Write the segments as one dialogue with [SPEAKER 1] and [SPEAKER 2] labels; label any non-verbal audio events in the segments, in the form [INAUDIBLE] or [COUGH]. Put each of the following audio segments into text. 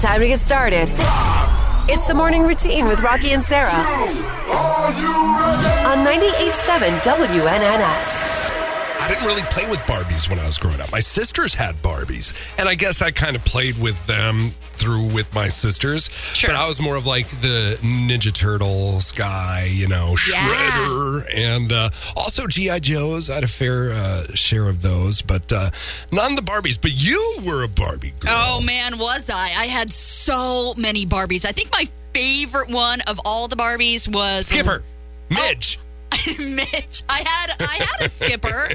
[SPEAKER 1] Time to get started. It's the morning routine with Rocky and Sarah on 98.7 WNNX.
[SPEAKER 2] I didn't really play with Barbies when I was growing up. My sisters had Barbies, and I guess I kind of played with them through with my sisters.
[SPEAKER 3] Sure.
[SPEAKER 2] But I was more of like the Ninja Turtles guy, you know, Shredder, and uh, also GI Joes. I had a fair uh, share of those, but uh, none the Barbies. But you were a Barbie girl.
[SPEAKER 3] Oh man, was I? I had so many Barbies. I think my favorite one of all the Barbies was
[SPEAKER 2] Skipper,
[SPEAKER 3] Oh,
[SPEAKER 2] Midge.
[SPEAKER 3] [LAUGHS] Mitch. I had I had
[SPEAKER 2] [LAUGHS]
[SPEAKER 3] a skipper.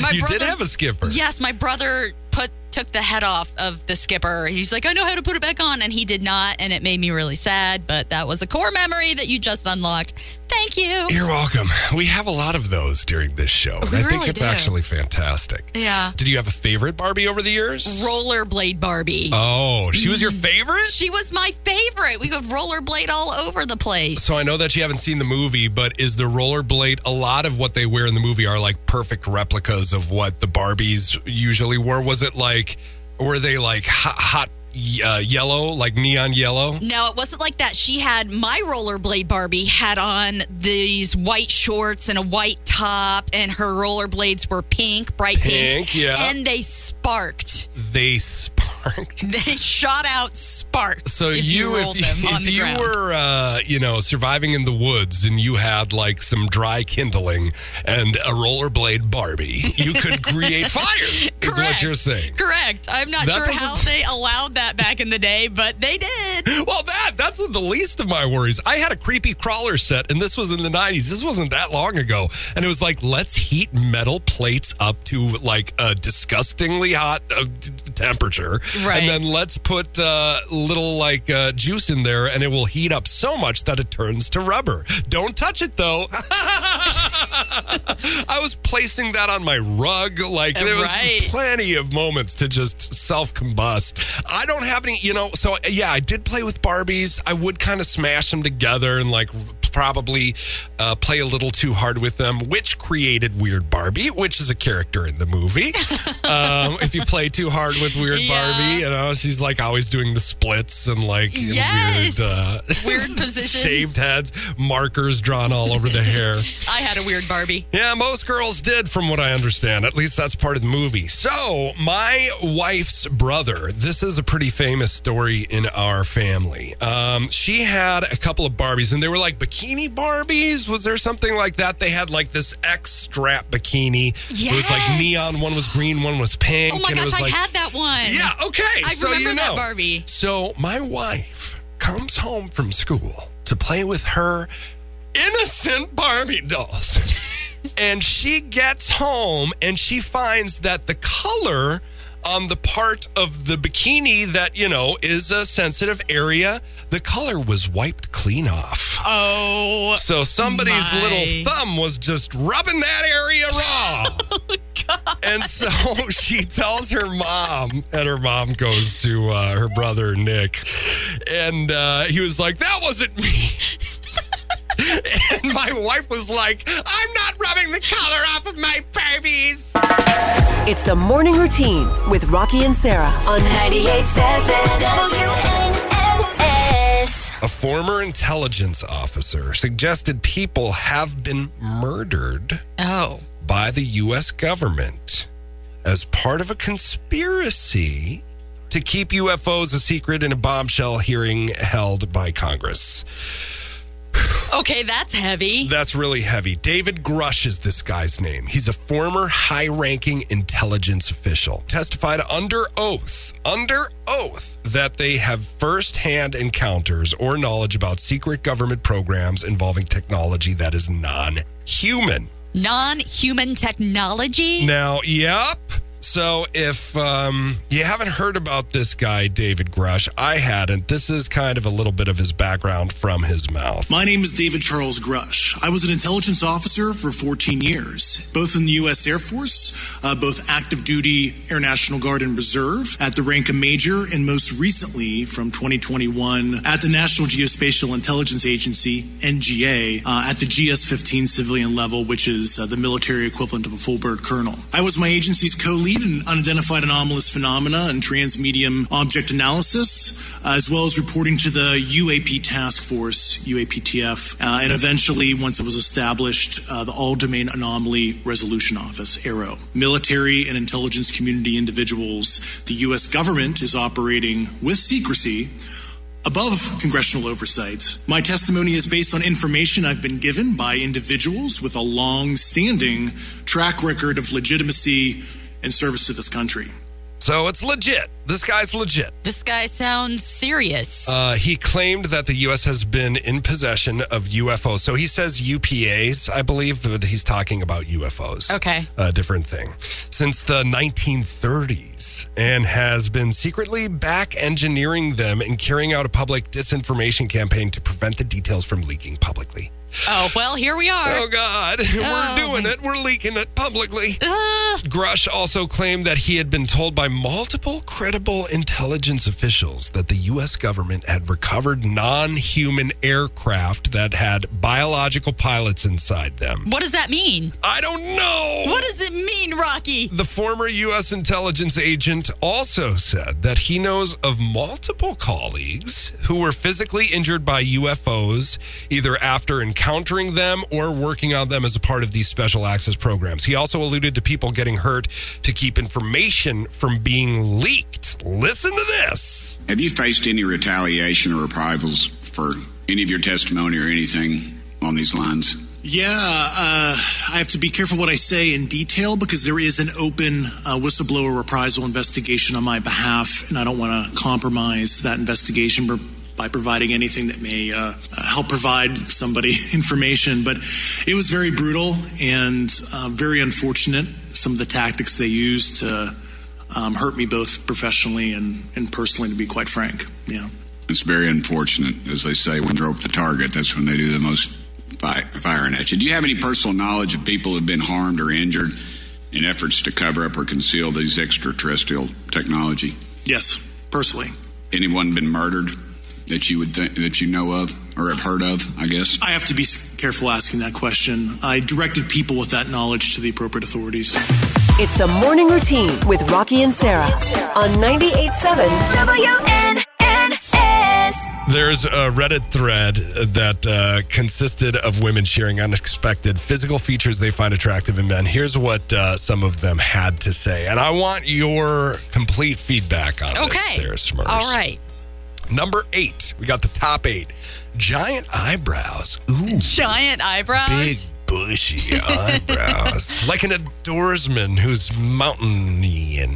[SPEAKER 3] My
[SPEAKER 2] you did have a Skipper.
[SPEAKER 3] Yes, my brother put took the head off of the skipper. He's like, I know how to put it back on, and he did not, and it made me really sad. But that was a core memory that you just unlocked. Thank you.
[SPEAKER 2] You're welcome. We have a lot of those during this show. and
[SPEAKER 3] We
[SPEAKER 2] I think
[SPEAKER 3] really
[SPEAKER 2] it's
[SPEAKER 3] do.
[SPEAKER 2] actually fantastic.
[SPEAKER 3] Yeah.
[SPEAKER 2] Did you have a favorite Barbie over the years?
[SPEAKER 3] Rollerblade Barbie.
[SPEAKER 2] Oh, she was your
[SPEAKER 3] Mm.
[SPEAKER 2] favorite?
[SPEAKER 3] she was my favorite. We could rollerblade all over the place.
[SPEAKER 2] So I know that you haven't seen the movie, but is the rollerblade a lot of what they wear in the movie are like perfect replicas of what the Barbies usually wore? Was it like, were they like hot, hot uh, yellow, like neon yellow?
[SPEAKER 3] No, it wasn't like that. She had my rollerblade Barbie had on these white shorts and a white top, and her rollerblades were pink, bright pink.
[SPEAKER 2] Pink, yeah.
[SPEAKER 3] And they sparked.
[SPEAKER 2] They sparked.
[SPEAKER 3] They [LAUGHS] shot out sparks.
[SPEAKER 2] So
[SPEAKER 3] if
[SPEAKER 2] you,
[SPEAKER 3] rolled
[SPEAKER 2] if,
[SPEAKER 3] them
[SPEAKER 2] you- [LAUGHS]
[SPEAKER 3] on
[SPEAKER 2] if
[SPEAKER 3] the
[SPEAKER 2] you
[SPEAKER 3] ground.
[SPEAKER 2] were, uh, you know, surviving in the woods and you had like some dry kindling and a rollerblade Barbie, you could create fire. Is what
[SPEAKER 3] Correct.
[SPEAKER 2] you're saying?
[SPEAKER 3] correct. I'm not
[SPEAKER 2] That
[SPEAKER 3] sure how
[SPEAKER 2] [LAUGHS] doesn't-
[SPEAKER 3] they allowed that back in the day, but they did.
[SPEAKER 2] Well, that that's the least of my worries. I had a creepy crawler set, and this was in the '90s. This wasn't that long ago, and it was like, let's heat metal plates up to like a disgustingly hot uh, t- t- temperature,
[SPEAKER 3] Right.
[SPEAKER 2] and then let's put uh, little like uh, juice in there, and it will heat up so much that it turns to rubber. Don't touch it though. [LAUGHS] I was placing that on my rug, like there was
[SPEAKER 3] Right.
[SPEAKER 2] plenty of moments to just self combust. I don't have any, you know. So yeah, I did play with Barbies. I would kind of smash them together and like probably uh, play a little too hard with them, which created Weird Barbie, which is a character in the
[SPEAKER 3] [LAUGHS]
[SPEAKER 2] movie. um, if you play too hard with Weird
[SPEAKER 3] Yeah.
[SPEAKER 2] Barbie, you know she's like always doing the splits and like
[SPEAKER 3] Yes.
[SPEAKER 2] weird, uh, [LAUGHS]
[SPEAKER 3] Weird positions.
[SPEAKER 2] shaved heads, markers drawn all over the hair.
[SPEAKER 3] I had a
[SPEAKER 2] [LAUGHS]
[SPEAKER 3] weird Barbie.
[SPEAKER 2] Yeah, most girls did, from what I understand. At least that's part of the movie. So, my wife's brother, this is a pretty famous story in our family. Um, she had a couple of Barbies, and they were like bikini Barbies. Was there something like that? They had like this X strap bikini. It was like
[SPEAKER 3] Yes.
[SPEAKER 2] neon. One was green, one was pink.
[SPEAKER 3] Oh my
[SPEAKER 2] and it
[SPEAKER 3] gosh,
[SPEAKER 2] was
[SPEAKER 3] I
[SPEAKER 2] like,
[SPEAKER 3] had that one.
[SPEAKER 2] Yeah, okay.
[SPEAKER 3] I
[SPEAKER 2] so
[SPEAKER 3] remember
[SPEAKER 2] you
[SPEAKER 3] that
[SPEAKER 2] know.
[SPEAKER 3] Barbie.
[SPEAKER 2] So, my wife comes home from school to play with her innocent Barbie
[SPEAKER 3] [LAUGHS]
[SPEAKER 2] dolls. and she gets home and she finds that the color on the part of the bikini that, you know, is a sensitive area, the color was wiped clean off.
[SPEAKER 3] Oh.
[SPEAKER 2] So somebody's
[SPEAKER 3] My.
[SPEAKER 2] little thumb was just rubbing that area raw. And so she tells her mom, and her mom goes to uh, her brother Nick, and uh, he was like, "That wasn't me." [LAUGHS] and my wife was like, "I'm not rubbing the color off of my babies."
[SPEAKER 1] It's the morning routine with Rocky and Sarah on 98.7 WNNX.
[SPEAKER 2] A former intelligence officer suggested people have been murdered
[SPEAKER 3] Oh.
[SPEAKER 2] by the U.S. government as part of a conspiracy to keep UFOs a secret in a bombshell hearing held by Congress.
[SPEAKER 3] Okay, that's heavy.
[SPEAKER 2] That's really heavy. David Grush is this guy's name. He's a former high ranking intelligence official. Testified under oath, under oath, that they have firsthand encounters or knowledge about secret government programs involving technology that is non human.
[SPEAKER 3] Non-human technology.
[SPEAKER 2] Now, yep. So if um, you haven't heard about this guy, David Grush, I hadn't. This is kind of a little bit of his background from his mouth.
[SPEAKER 4] My name is David Charles Grush. I was an intelligence officer for 14 years, both in the U.S. Air Force, uh, both active duty, Air National Guard, and Reserve, at the rank of major, and most recently from 2021 at the National Geospatial Intelligence Agency, NGA, uh, at the GS 15 civilian level, which is uh, the military equivalent of a full bird colonel. I was my agency's co lead in unidentified anomalous phenomena and transmedium object analysis. uh, as well as reporting to the UAP Task Force, UAPTF, uh, and eventually, once it was established, uh, the All Domain Anomaly Resolution Office, ARROW. Military and intelligence community individuals, the U.S. government is operating with secrecy above congressional oversight. My testimony is based on information I've been given by individuals with a long standing track record of legitimacy and service to this country.
[SPEAKER 2] So it's legit. This guy's legit.
[SPEAKER 3] This guy sounds serious.
[SPEAKER 2] Uh, he claimed that the U.S. has been in possession of UFOs. So he says UPAs, I believe, but he's talking about UFOs.
[SPEAKER 3] Okay.
[SPEAKER 2] A different thing. Since the 1930s and has been secretly back engineering them and carrying out a public disinformation campaign to prevent the details from leaking publicly.
[SPEAKER 3] oh, well, here we are.
[SPEAKER 2] Oh, God.
[SPEAKER 3] Oh,
[SPEAKER 2] We're doing
[SPEAKER 3] my-
[SPEAKER 2] it. We're leaking it publicly.
[SPEAKER 3] Ah,
[SPEAKER 2] Grush also claimed that he had been told by multiple credible intelligence officials that the U.S. government had recovered non human aircraft that had biological pilots inside them.
[SPEAKER 3] what does that mean?
[SPEAKER 2] I don't know!
[SPEAKER 3] What does it mean, Rocky?
[SPEAKER 2] The former U.S. intelligence agent also said that he knows of multiple colleagues who were physically injured by UFOs, either after encountering them or working on them as a part of these special access programs. He also alluded to people getting hurt to keep information from being leaked. Listen to this.
[SPEAKER 5] Have you faced any retaliation or reprisals for any of your testimony or anything on these lines?
[SPEAKER 4] Yeah, uh, I have to be careful what I say in detail because there is an open uh, whistleblower reprisal investigation on my behalf, and I don't want to compromise that investigation b- by providing anything that may uh, uh, help provide somebody [LAUGHS] information. But it was very brutal and uh, very unfortunate, some of the tactics they used to um, hurt me both professionally and, and personally, to be quite frank. Yeah.
[SPEAKER 5] It's very unfortunate, as they say, when they're off the target, that's when they do the most fi- firing at you. Do you have any personal knowledge of people who have been harmed or injured in efforts to cover up or conceal these extraterrestrial technology?
[SPEAKER 4] Yes, personally.
[SPEAKER 5] Anyone been murdered that you would think that you know of or have heard of? I guess.
[SPEAKER 4] I have to be s- careful asking that question. I directed people with that knowledge to the appropriate authorities.
[SPEAKER 1] It's the morning routine with Rocky and Sarah on 98.7 WNNS.
[SPEAKER 2] There's a Reddit thread that uh, consisted of women sharing unexpected physical features they find attractive in men. Here's what uh, some of them had to say, and I want your complete feedback on
[SPEAKER 3] Okay.
[SPEAKER 2] this, Sarah Smurfs.
[SPEAKER 3] All right.
[SPEAKER 2] Number eight, we got the top eight. Giant eyebrows. Ooh,
[SPEAKER 3] Giant
[SPEAKER 2] big
[SPEAKER 3] eyebrows. [LAUGHS]
[SPEAKER 2] bushy eyebrows, like an outdoorsman who's mountainy and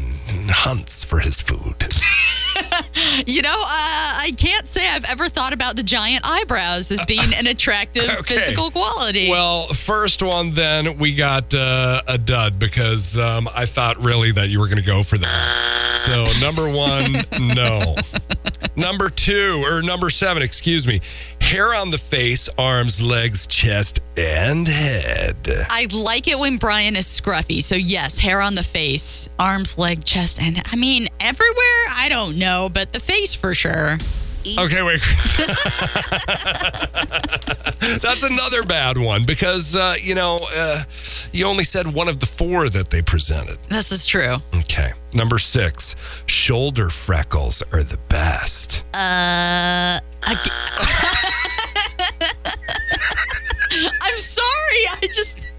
[SPEAKER 2] hunts for his food.
[SPEAKER 3] You know, uh, I can't say I've ever thought about the giant eyebrows as being an attractive
[SPEAKER 2] [LAUGHS] Okay.
[SPEAKER 3] physical quality.
[SPEAKER 2] Well, first one, then we got uh, a dud because um, I thought really that you were going to go for that. So number one, no. Number two, or number seven, excuse me, hair on the face, arms, legs, chest, and head.
[SPEAKER 3] I like it when Brian is scruffy. So, yes, hair on the face, arms, leg, chest, and I mean, everywhere? I don't know, but the face for sure.
[SPEAKER 2] Okay, wait. That's another bad one because uh, you know uh, you only said one of the four that they presented.
[SPEAKER 3] This is true.
[SPEAKER 2] Okay. Number six, shoulder freckles are the best.
[SPEAKER 3] Uh, I g- [LAUGHS] I'm sorry. I just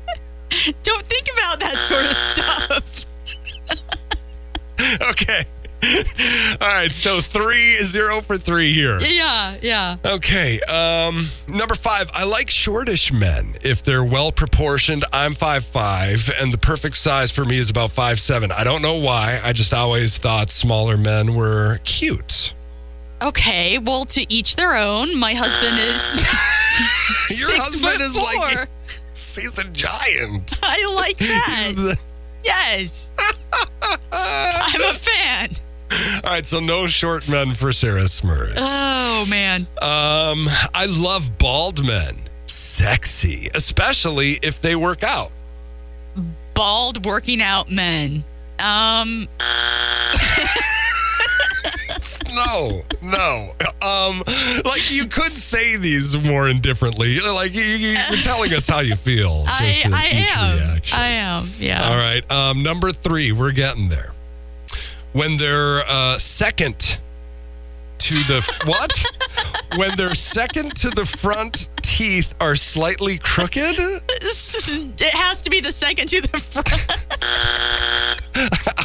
[SPEAKER 3] don't think about that sort of stuff.
[SPEAKER 2] Okay. [LAUGHS] All right. So three is zero for three here.
[SPEAKER 3] Yeah, yeah.
[SPEAKER 2] Okay. Um, number five, I like shortish men if they're well proportioned. I'm five five, and the perfect size for me is about five seven. I don't know why. I just always thought smaller men were cute.
[SPEAKER 3] Okay, well, to each their own. My husband is
[SPEAKER 2] Your
[SPEAKER 3] six
[SPEAKER 2] husband
[SPEAKER 3] foot
[SPEAKER 2] is
[SPEAKER 3] four.
[SPEAKER 2] like [LAUGHS] he's a giant.
[SPEAKER 3] [LAUGHS] I like that. Yes, I'm a fan.
[SPEAKER 2] [LAUGHS] All right, so no short men for Sarah Smurfs.
[SPEAKER 3] Oh man,
[SPEAKER 2] Um, I love bald men. Sexy, especially if they work out.
[SPEAKER 3] bald working out men. Um,
[SPEAKER 2] No, no. Um, like you could say these more indifferently. Like you, you, you're telling us how you feel.
[SPEAKER 3] [LAUGHS] I,
[SPEAKER 2] in each
[SPEAKER 3] I am.
[SPEAKER 2] reaction.
[SPEAKER 3] I am. Yeah.
[SPEAKER 2] All right. Um, number three, we're getting there. When their uh, second to the [LAUGHS] what? when their second to the front teeth are slightly crooked? [LAUGHS]
[SPEAKER 3] [LAUGHS] it has to be the second to the front.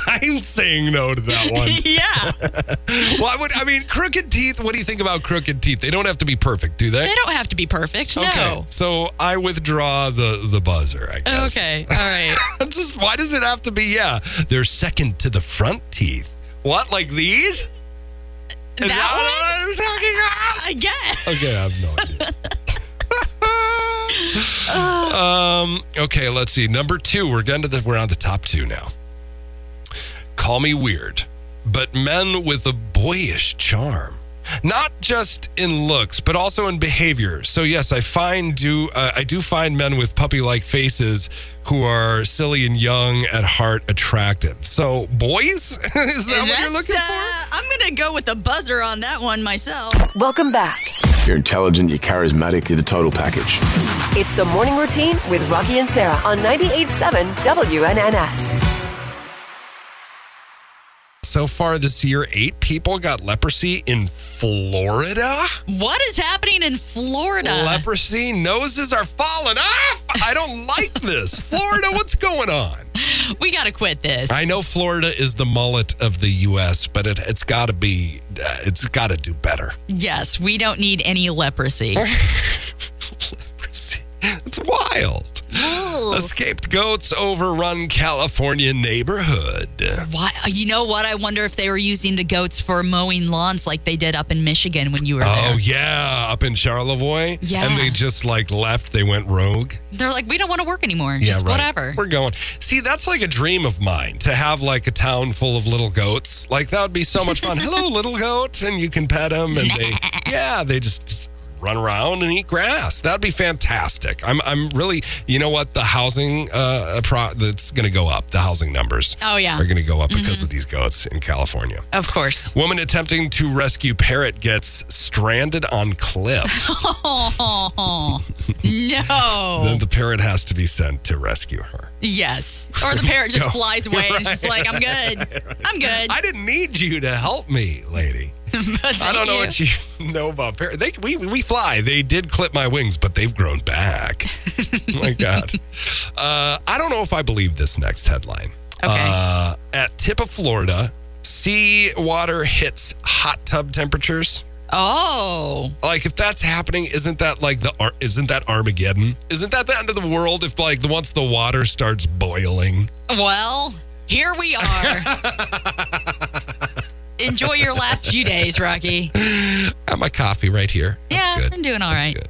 [SPEAKER 2] I'm saying no to that one.
[SPEAKER 3] [LAUGHS] yeah.
[SPEAKER 2] Why would I mean crooked teeth? What do you think about crooked teeth? They don't have to be perfect, do they?
[SPEAKER 3] They don't have to be perfect.
[SPEAKER 2] Okay.
[SPEAKER 3] No.
[SPEAKER 2] So I withdraw the the buzzer. I guess. [LAUGHS]
[SPEAKER 3] Okay. All right.
[SPEAKER 2] Just why does it have to be? Yeah, they're second to the front teeth. What like these? Is
[SPEAKER 3] That
[SPEAKER 2] what I'm talking about?
[SPEAKER 3] I guess.
[SPEAKER 2] Okay, I have no
[SPEAKER 3] [LAUGHS]
[SPEAKER 2] idea. um, okay, let's see. Number two, we're going to the we're on the top two now. Call me weird, but men with a boyish charm. Not just in looks, but also in behavior. So yes, I find do uh, I do find men with puppy-like faces who are silly and young at heart attractive. So boys, [LAUGHS] is that what you're
[SPEAKER 3] That's,
[SPEAKER 2] looking for?
[SPEAKER 3] uh, I'm going to go with the buzzer on that one myself.
[SPEAKER 1] Welcome back.
[SPEAKER 6] You're intelligent, you're charismatic, you're the total package.
[SPEAKER 1] It's the morning routine with Rocky and Sarah on 98.7 WNNS.
[SPEAKER 2] So far this year, eight people got leprosy in Florida.
[SPEAKER 3] What is happening in Florida?
[SPEAKER 2] Leprosy noses are falling off. I don't like this.
[SPEAKER 3] [LAUGHS]
[SPEAKER 2] Florida, what's going on?
[SPEAKER 3] we got to quit this.
[SPEAKER 2] I know Florida is the mullet of the U.S., but it, it's got to be, uh, it's got to do better.
[SPEAKER 3] Yes, we don't need any
[SPEAKER 2] [LAUGHS]
[SPEAKER 3] leprosy.
[SPEAKER 2] Leprosy. It's wild.
[SPEAKER 3] Ugh.
[SPEAKER 2] Escaped goats overrun California neighborhood.
[SPEAKER 3] Why? You know what? I wonder if they were using the goats for mowing lawns like they did up in Michigan when you were
[SPEAKER 2] Oh,
[SPEAKER 3] there.
[SPEAKER 2] yeah, up in Charlevoix.
[SPEAKER 3] Yeah.
[SPEAKER 2] And they just like left, they went rogue.
[SPEAKER 3] They're like, we don't want to work anymore. Just
[SPEAKER 2] right.
[SPEAKER 3] whatever.
[SPEAKER 2] We're going. See, that's like a dream of mine to have like a town full of little goats. Like that would be so much fun.
[SPEAKER 3] [LAUGHS]
[SPEAKER 2] Hello, little goat, and you can pet them, and they yeah, they just run around and eat grass. That'd be fantastic. I'm I'm really you know what the housing uh pro that's going to go up. The housing numbers
[SPEAKER 3] Oh, yeah.
[SPEAKER 2] are going to go up because of these goats in California.
[SPEAKER 3] Of
[SPEAKER 2] [LAUGHS]
[SPEAKER 3] course.
[SPEAKER 2] Woman attempting to rescue parrot gets stranded on
[SPEAKER 3] [LAUGHS]
[SPEAKER 2] cliff.
[SPEAKER 3] Oh, no.
[SPEAKER 2] Then the parrot has to be sent to rescue her.
[SPEAKER 3] Yes. Or the
[SPEAKER 2] [LAUGHS]
[SPEAKER 3] parrot just flies away and she's like, I'm good. I'm good.
[SPEAKER 2] I didn't need you to help me, lady. I don't know what you [LAUGHS] know about parrots. They we we fly. They did clip my wings, but they've grown back.
[SPEAKER 3] [LAUGHS]
[SPEAKER 2] Oh my God, uh, I don't know if I believe this next headline.
[SPEAKER 3] Okay.
[SPEAKER 2] Uh, at tip of Florida, sea water hits hot tub temperatures.
[SPEAKER 3] Oh,
[SPEAKER 2] Like if that's happening, isn't that like the Ar- isn't that Armageddon? Isn't that the end of the world? If like the- once the water starts boiling,
[SPEAKER 3] well, here
[SPEAKER 2] [LAUGHS]
[SPEAKER 3] we are. Enjoy your last few days, Rocky.
[SPEAKER 2] I have my coffee right here. I'm
[SPEAKER 3] Yeah,
[SPEAKER 2] good.
[SPEAKER 3] I'm doing all right.
[SPEAKER 2] good.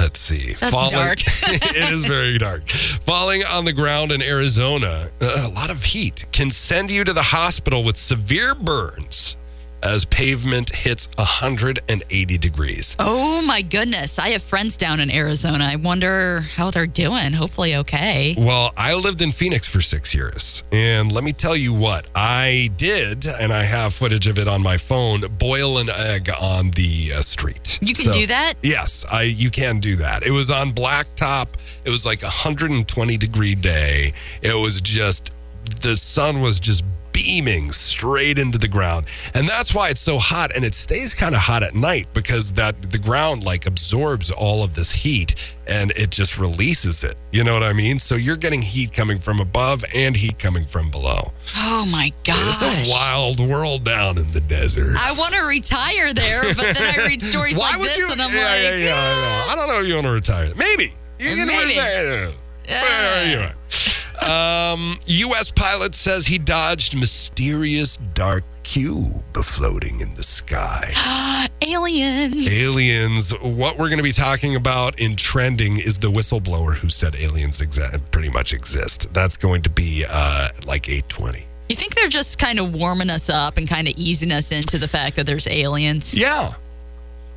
[SPEAKER 2] Let's see.
[SPEAKER 3] That's dark.
[SPEAKER 2] [LAUGHS] it is very dark. Falling on the ground in Arizona, uh, a lot of heat can send you to the hospital with severe burns as pavement hits 180 degrees.
[SPEAKER 3] Oh my goodness. I have friends down in Arizona. I wonder how they're doing. Hopefully, okay.
[SPEAKER 2] Well, I lived in Phoenix for six years. And let me tell you what, I did, and I have footage of it on my phone, boil an egg on the uh, street.
[SPEAKER 3] You can
[SPEAKER 2] So-
[SPEAKER 3] do that?
[SPEAKER 2] Yes, I you can do that. It was on blacktop. It was like a 120 degree day. It was just the sun was just beaming straight into the ground. And that's why it's so hot and it stays kind of hot at night because that the ground like absorbs all of this heat and it just releases it. You know what I mean? So you're getting heat coming from above and heat coming from below.
[SPEAKER 3] Oh my gosh.
[SPEAKER 2] It's a wild world down in the desert.
[SPEAKER 3] I want to retire there, but then
[SPEAKER 2] [LAUGHS]
[SPEAKER 3] I read stories like this and I'm
[SPEAKER 2] yeah,
[SPEAKER 3] like, "Ah."
[SPEAKER 2] yeah, yeah, I, know. I don't know if you want to retire. Maybe. You can
[SPEAKER 3] Maybe.
[SPEAKER 2] retire. Well, you're right. um, U.S. pilot says he dodged mysterious dark cube floating in the sky.
[SPEAKER 3] aliens.
[SPEAKER 2] aliens. What we're going to be talking about in trending is the whistleblower who said aliens exa- pretty much exist. That's going to be uh, like 820.
[SPEAKER 3] You think they're just kind of warming us up and kind of easing us into the fact that there's aliens?
[SPEAKER 2] Yeah.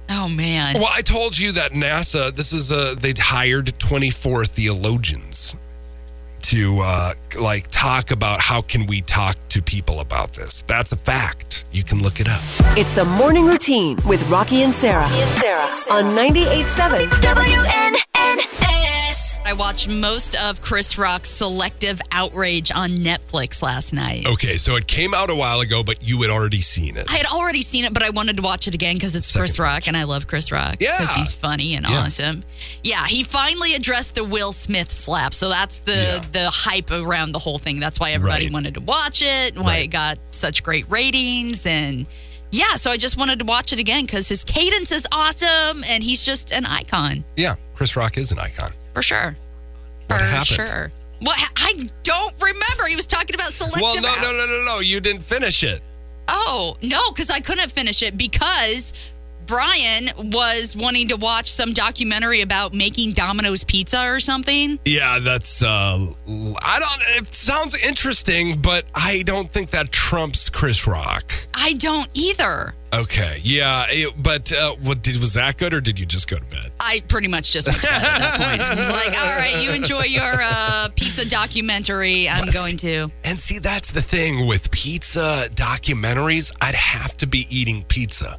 [SPEAKER 3] Oh man.
[SPEAKER 2] Well, I told you that NASA. This is a they hired 24 theologians to uh, like talk about how can we talk to people about this. That's a fact. You can look it up.
[SPEAKER 1] It's the morning routine with Rocky and Sarah, on 98.7 WNNS.
[SPEAKER 3] I watched most of Chris Rock's Selective Outrage on Netflix last night.
[SPEAKER 2] Okay, so it came out a while ago, but you had already seen it.
[SPEAKER 3] I had already seen it, but I wanted to watch it again because it's Chris Rock, and I love Chris Rock.
[SPEAKER 2] Yeah.
[SPEAKER 3] because he's funny and awesome. Yeah, he finally addressed the Will Smith slap, so that's the the hype around the whole thing. That's why everybody
[SPEAKER 2] Right.
[SPEAKER 3] wanted to watch it, and why it
[SPEAKER 2] Right.
[SPEAKER 3] got such great ratings, and yeah. So I just wanted to watch it again because his cadence is awesome, and he's just an icon
[SPEAKER 2] yeah, Chris Rock is an icon.
[SPEAKER 3] for sure.
[SPEAKER 2] What
[SPEAKER 3] for
[SPEAKER 2] happened?
[SPEAKER 3] sure. What ha- I don't remember. He was talking about selective.
[SPEAKER 2] Well, no,
[SPEAKER 3] out-
[SPEAKER 2] no, no, no, no. You didn't finish it.
[SPEAKER 3] Oh, no, because I couldn't finish it because Brian was wanting to watch some documentary about making Domino's pizza or something.
[SPEAKER 2] Yeah, that's. uh I don't. It sounds interesting, but I don't think that trumps Chris Rock.
[SPEAKER 3] I don't either.
[SPEAKER 2] Okay. Yeah, it, but uh, what did was that good, or did you just go to bed?
[SPEAKER 3] I pretty much just went to bed at that point. I was like, all right, you enjoy your uh, pizza documentary. I'm going to.
[SPEAKER 2] And see, that's the thing with pizza documentaries. I'd have to be eating pizza,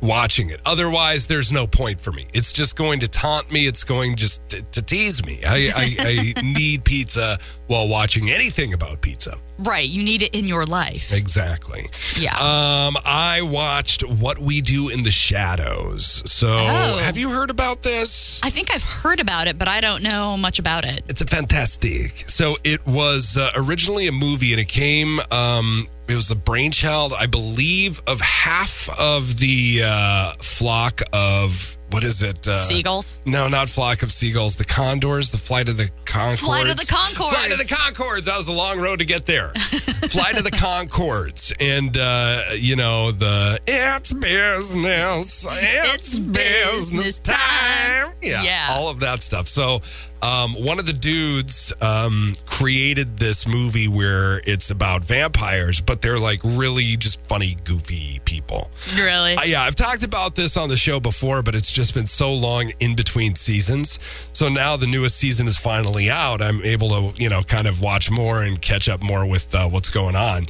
[SPEAKER 2] watching it. Otherwise, there's no point for me. It's just going to taunt me. It's going just to, to tease me. I, I,
[SPEAKER 3] [LAUGHS]
[SPEAKER 2] I need pizza while watching anything about pizza.
[SPEAKER 3] Right, you need it in your life.
[SPEAKER 2] Exactly.
[SPEAKER 3] Yeah.
[SPEAKER 2] Um, I watched What We Do in the Shadows. So,
[SPEAKER 3] Oh.
[SPEAKER 2] have you heard about this?
[SPEAKER 3] I think I've heard about it, but I don't know much about it.
[SPEAKER 2] It's a fantastic. So it was uh, originally a movie, and it came. Um, it was the brainchild, I believe, of half of the uh, flock of what is it? Uh,
[SPEAKER 3] Seagulls?
[SPEAKER 2] No, not flock of seagulls. The condors. The flight of the Concords.
[SPEAKER 3] Flight of the Concords.
[SPEAKER 2] Flight of the Concords. That was a long road to get
[SPEAKER 3] [LAUGHS]
[SPEAKER 2] there. Flight of the Concords, and uh, you know the it's business. It's,
[SPEAKER 3] It's
[SPEAKER 2] business,
[SPEAKER 3] business
[SPEAKER 2] time.
[SPEAKER 3] time.
[SPEAKER 2] Yeah,
[SPEAKER 3] Yeah.
[SPEAKER 2] all of that stuff. So, um, one of the dudes um, created this movie where it's about vampires, but they're like really just funny, goofy people.
[SPEAKER 3] Really?
[SPEAKER 2] Uh, yeah, I've talked about this on the show before, but it's just been so long in between seasons. So now the newest season is finally out. I'm able to, you know, kind of watch more and catch up more with uh, what's going on.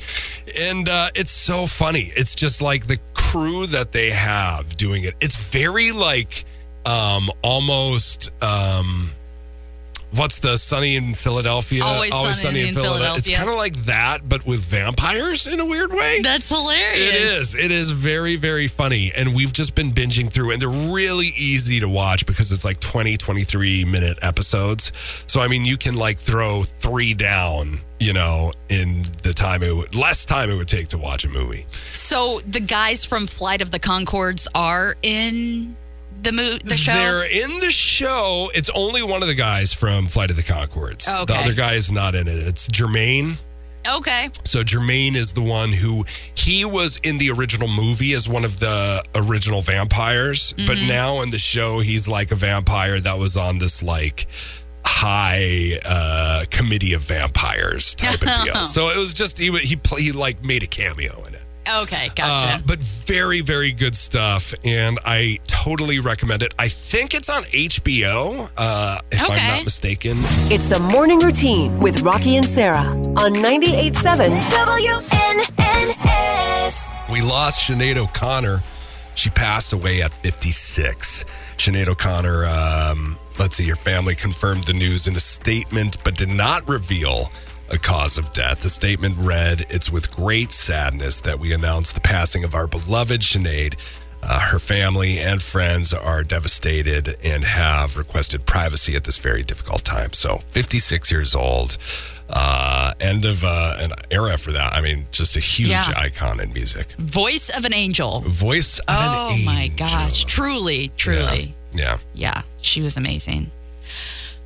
[SPEAKER 2] And uh, it's so funny. It's just like the crew that they have doing it. It's very like um, almost. Um, What's the Sunny in Philadelphia?
[SPEAKER 3] Always Sunny in
[SPEAKER 2] It's
[SPEAKER 3] Philadelphia.
[SPEAKER 2] kind of like that, but with vampires in a weird way.
[SPEAKER 3] [LAUGHS] That's hilarious.
[SPEAKER 2] It is. It is very, very funny. And we've just been binging through, and they're really easy to watch because it's like 20, 23 minute episodes. So, I mean, you can like throw three down, you know, in the time it would, less time it would take to watch a movie.
[SPEAKER 3] So the guys from Flight of the Concords are in the mo- the show.
[SPEAKER 2] They're in the show. It's only one of the guys from Flight of the Concords. The
[SPEAKER 3] Okay.
[SPEAKER 2] other guy is not in it. It's Jermaine.
[SPEAKER 3] okay.
[SPEAKER 2] So Jermaine is the one who he was in the original movie as one of the original vampires, but now in the show he's like a vampire that was on this like high uh, committee of vampires type of deal. So it was just he wa- he play, he like made a cameo in it.
[SPEAKER 3] Okay.
[SPEAKER 2] Uh,
[SPEAKER 3] Gotcha.
[SPEAKER 2] but very, very good stuff. And I totally recommend it. I think it's on HBO, uh, if
[SPEAKER 3] Okay.
[SPEAKER 2] I'm not mistaken.
[SPEAKER 1] It's the morning routine with Rocky and Sarah on 98.7 WNNS.
[SPEAKER 2] We lost Sinead O'Connor. She passed away at 56. Sinead O'Connor, um, let's see, her family confirmed the news in a statement, but did not reveal a cause of death. The statement read It's with great sadness that we announce the passing of our beloved Sinead. Uh, her family and friends are devastated and have requested privacy at this very difficult time. So, 56 years old, uh, end of uh, an era for that. I mean, just a huge
[SPEAKER 3] Yeah.
[SPEAKER 2] icon in music.
[SPEAKER 3] Voice of an angel.
[SPEAKER 2] Voice of an
[SPEAKER 3] Oh
[SPEAKER 2] angel.
[SPEAKER 3] my gosh! Truly, truly,
[SPEAKER 2] Yeah.
[SPEAKER 3] yeah. She was amazing.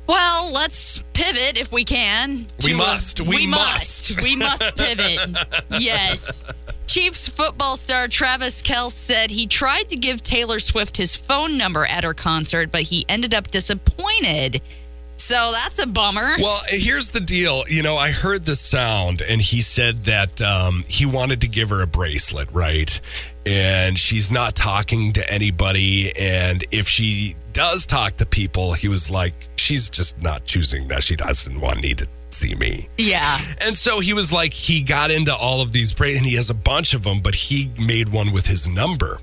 [SPEAKER 3] Well, let's pivot if we can.
[SPEAKER 2] We
[SPEAKER 3] to a-
[SPEAKER 2] must. We must.
[SPEAKER 3] We
[SPEAKER 2] [LAUGHS]
[SPEAKER 3] must pivot. yes. Chiefs football star Travis Kelce said he tried to give Taylor Swift his phone number at her concert, but he ended up disappointed. So that's a bummer.
[SPEAKER 2] Well, here's the deal. You know, I heard the sound, and he said that um, he wanted to give her a bracelet, right? And she's not talking to anybody. And if she does talk to people, he was like, she's just not choosing that. She doesn't want need to see me.
[SPEAKER 3] Yeah.
[SPEAKER 2] And so he was like, he got into all of these bra and he has a bunch of them, but he made one with his number.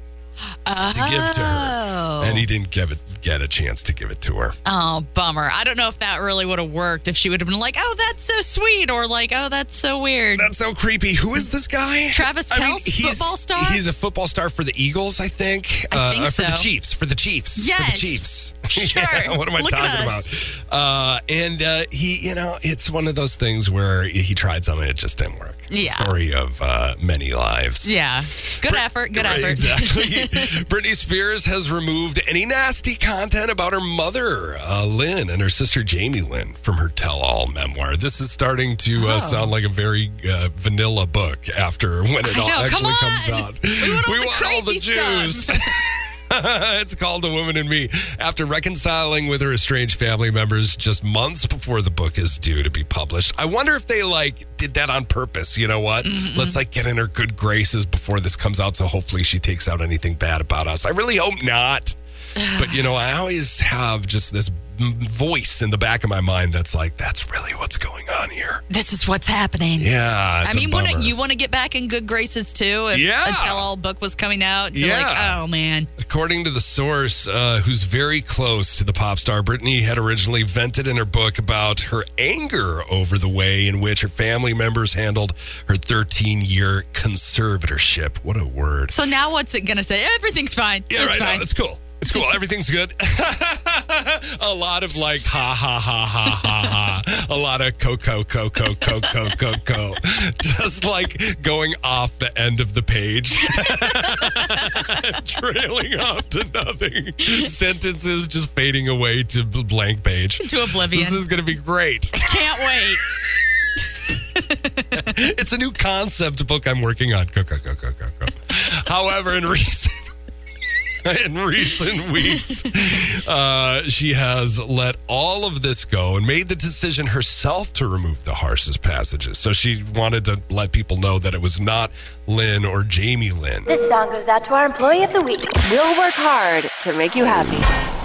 [SPEAKER 2] to give to her, and he didn't give it, get a chance to give it to her.
[SPEAKER 3] Oh, bummer. I don't know if that really would have worked if she would have been like, oh, that's so sweet, or like, oh, that's so weird.
[SPEAKER 2] That's so creepy. Who is this guy?
[SPEAKER 3] Travis Kelce,
[SPEAKER 2] he's-
[SPEAKER 3] football star?
[SPEAKER 2] He's a football star for the Eagles, I think. Uh,
[SPEAKER 3] I think
[SPEAKER 2] For the
[SPEAKER 3] so.
[SPEAKER 2] Chiefs. For the Chiefs. For
[SPEAKER 3] Yes.
[SPEAKER 2] the Chiefs. [LAUGHS]
[SPEAKER 3] Sure.
[SPEAKER 2] Yeah, what am I
[SPEAKER 3] Look at
[SPEAKER 2] talking about?
[SPEAKER 3] us.
[SPEAKER 2] Uh, and uh, he, you know, it's one of those things where he tried something, it just didn't work.
[SPEAKER 3] Yeah.
[SPEAKER 2] Story of uh, many lives.
[SPEAKER 3] yeah. Good effort. Good
[SPEAKER 2] Right,
[SPEAKER 3] effort.
[SPEAKER 2] Exactly. Britney Spears has removed any nasty content about her mother, uh, Lynn, and her sister Jamie Lynn from her tell-all memoir. This is starting to
[SPEAKER 3] Oh.
[SPEAKER 2] uh, sound like a very uh, vanilla book after when it
[SPEAKER 3] I
[SPEAKER 2] all
[SPEAKER 3] know,
[SPEAKER 2] actually
[SPEAKER 3] come
[SPEAKER 2] comes
[SPEAKER 3] on.
[SPEAKER 2] out.
[SPEAKER 3] We want all the crazy
[SPEAKER 2] Jews. [LAUGHS]
[SPEAKER 3] stuff.
[SPEAKER 2] it's called The Woman in Me. After reconciling with her estranged family members just months before the book is due to be published, I wonder if they like did that on purpose. You know what?
[SPEAKER 3] Mm-hmm.
[SPEAKER 2] Let's like get in her good graces before this comes out, so hopefully she takes out anything bad about us. I really hope
[SPEAKER 3] [SIGHS]
[SPEAKER 2] not. But you know, I always have just this m- voice in the back of my mind that's like, that's really what's going on here.
[SPEAKER 3] [LAUGHS] This is what's happening.
[SPEAKER 2] Yeah.
[SPEAKER 3] I
[SPEAKER 2] it's a
[SPEAKER 3] mean, wouldn't
[SPEAKER 2] bummer.
[SPEAKER 3] you want to get back in good graces too? If
[SPEAKER 2] Yeah.
[SPEAKER 3] a tell-all book was coming out, you're like,
[SPEAKER 2] Yeah.
[SPEAKER 3] oh man,
[SPEAKER 2] According to the source, uh, who's very close to the pop star, Britney had originally vented in her book about her anger over the way in which her family members handled her 13 year conservatorship. What a word.
[SPEAKER 3] So now what's it gonna say? Everything's fine.
[SPEAKER 2] Yeah,
[SPEAKER 3] it's
[SPEAKER 2] right.
[SPEAKER 3] fine.
[SPEAKER 2] No, it's cool. It's cool. Everything's good. [LAUGHS] a lot of like ha ha ha ha ha ha. A lot of coco coco coco coco. [LAUGHS] Just like going off the end of the page, [LAUGHS] trailing off to nothing. Sentences just fading away to the blank page.
[SPEAKER 3] to oblivion.
[SPEAKER 2] This is going to be great.
[SPEAKER 3] Can't wait.
[SPEAKER 2] [LAUGHS] It's a new concept book I'm working on. Go, go, go, go, go, go. However, in [LAUGHS] recent in recent weeks, uh, she has let all of this go and made the decision herself to remove the harshest passages. So she wanted to let people know that it was not Lynn or Jamie Lynn.
[SPEAKER 7] This song goes out to our employee of the week.
[SPEAKER 1] We'll work hard to make you happy.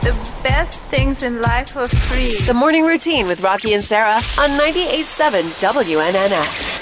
[SPEAKER 8] The best things in life are free.
[SPEAKER 1] The morning routine with Rocky and Sarah on 98.7 WNNX.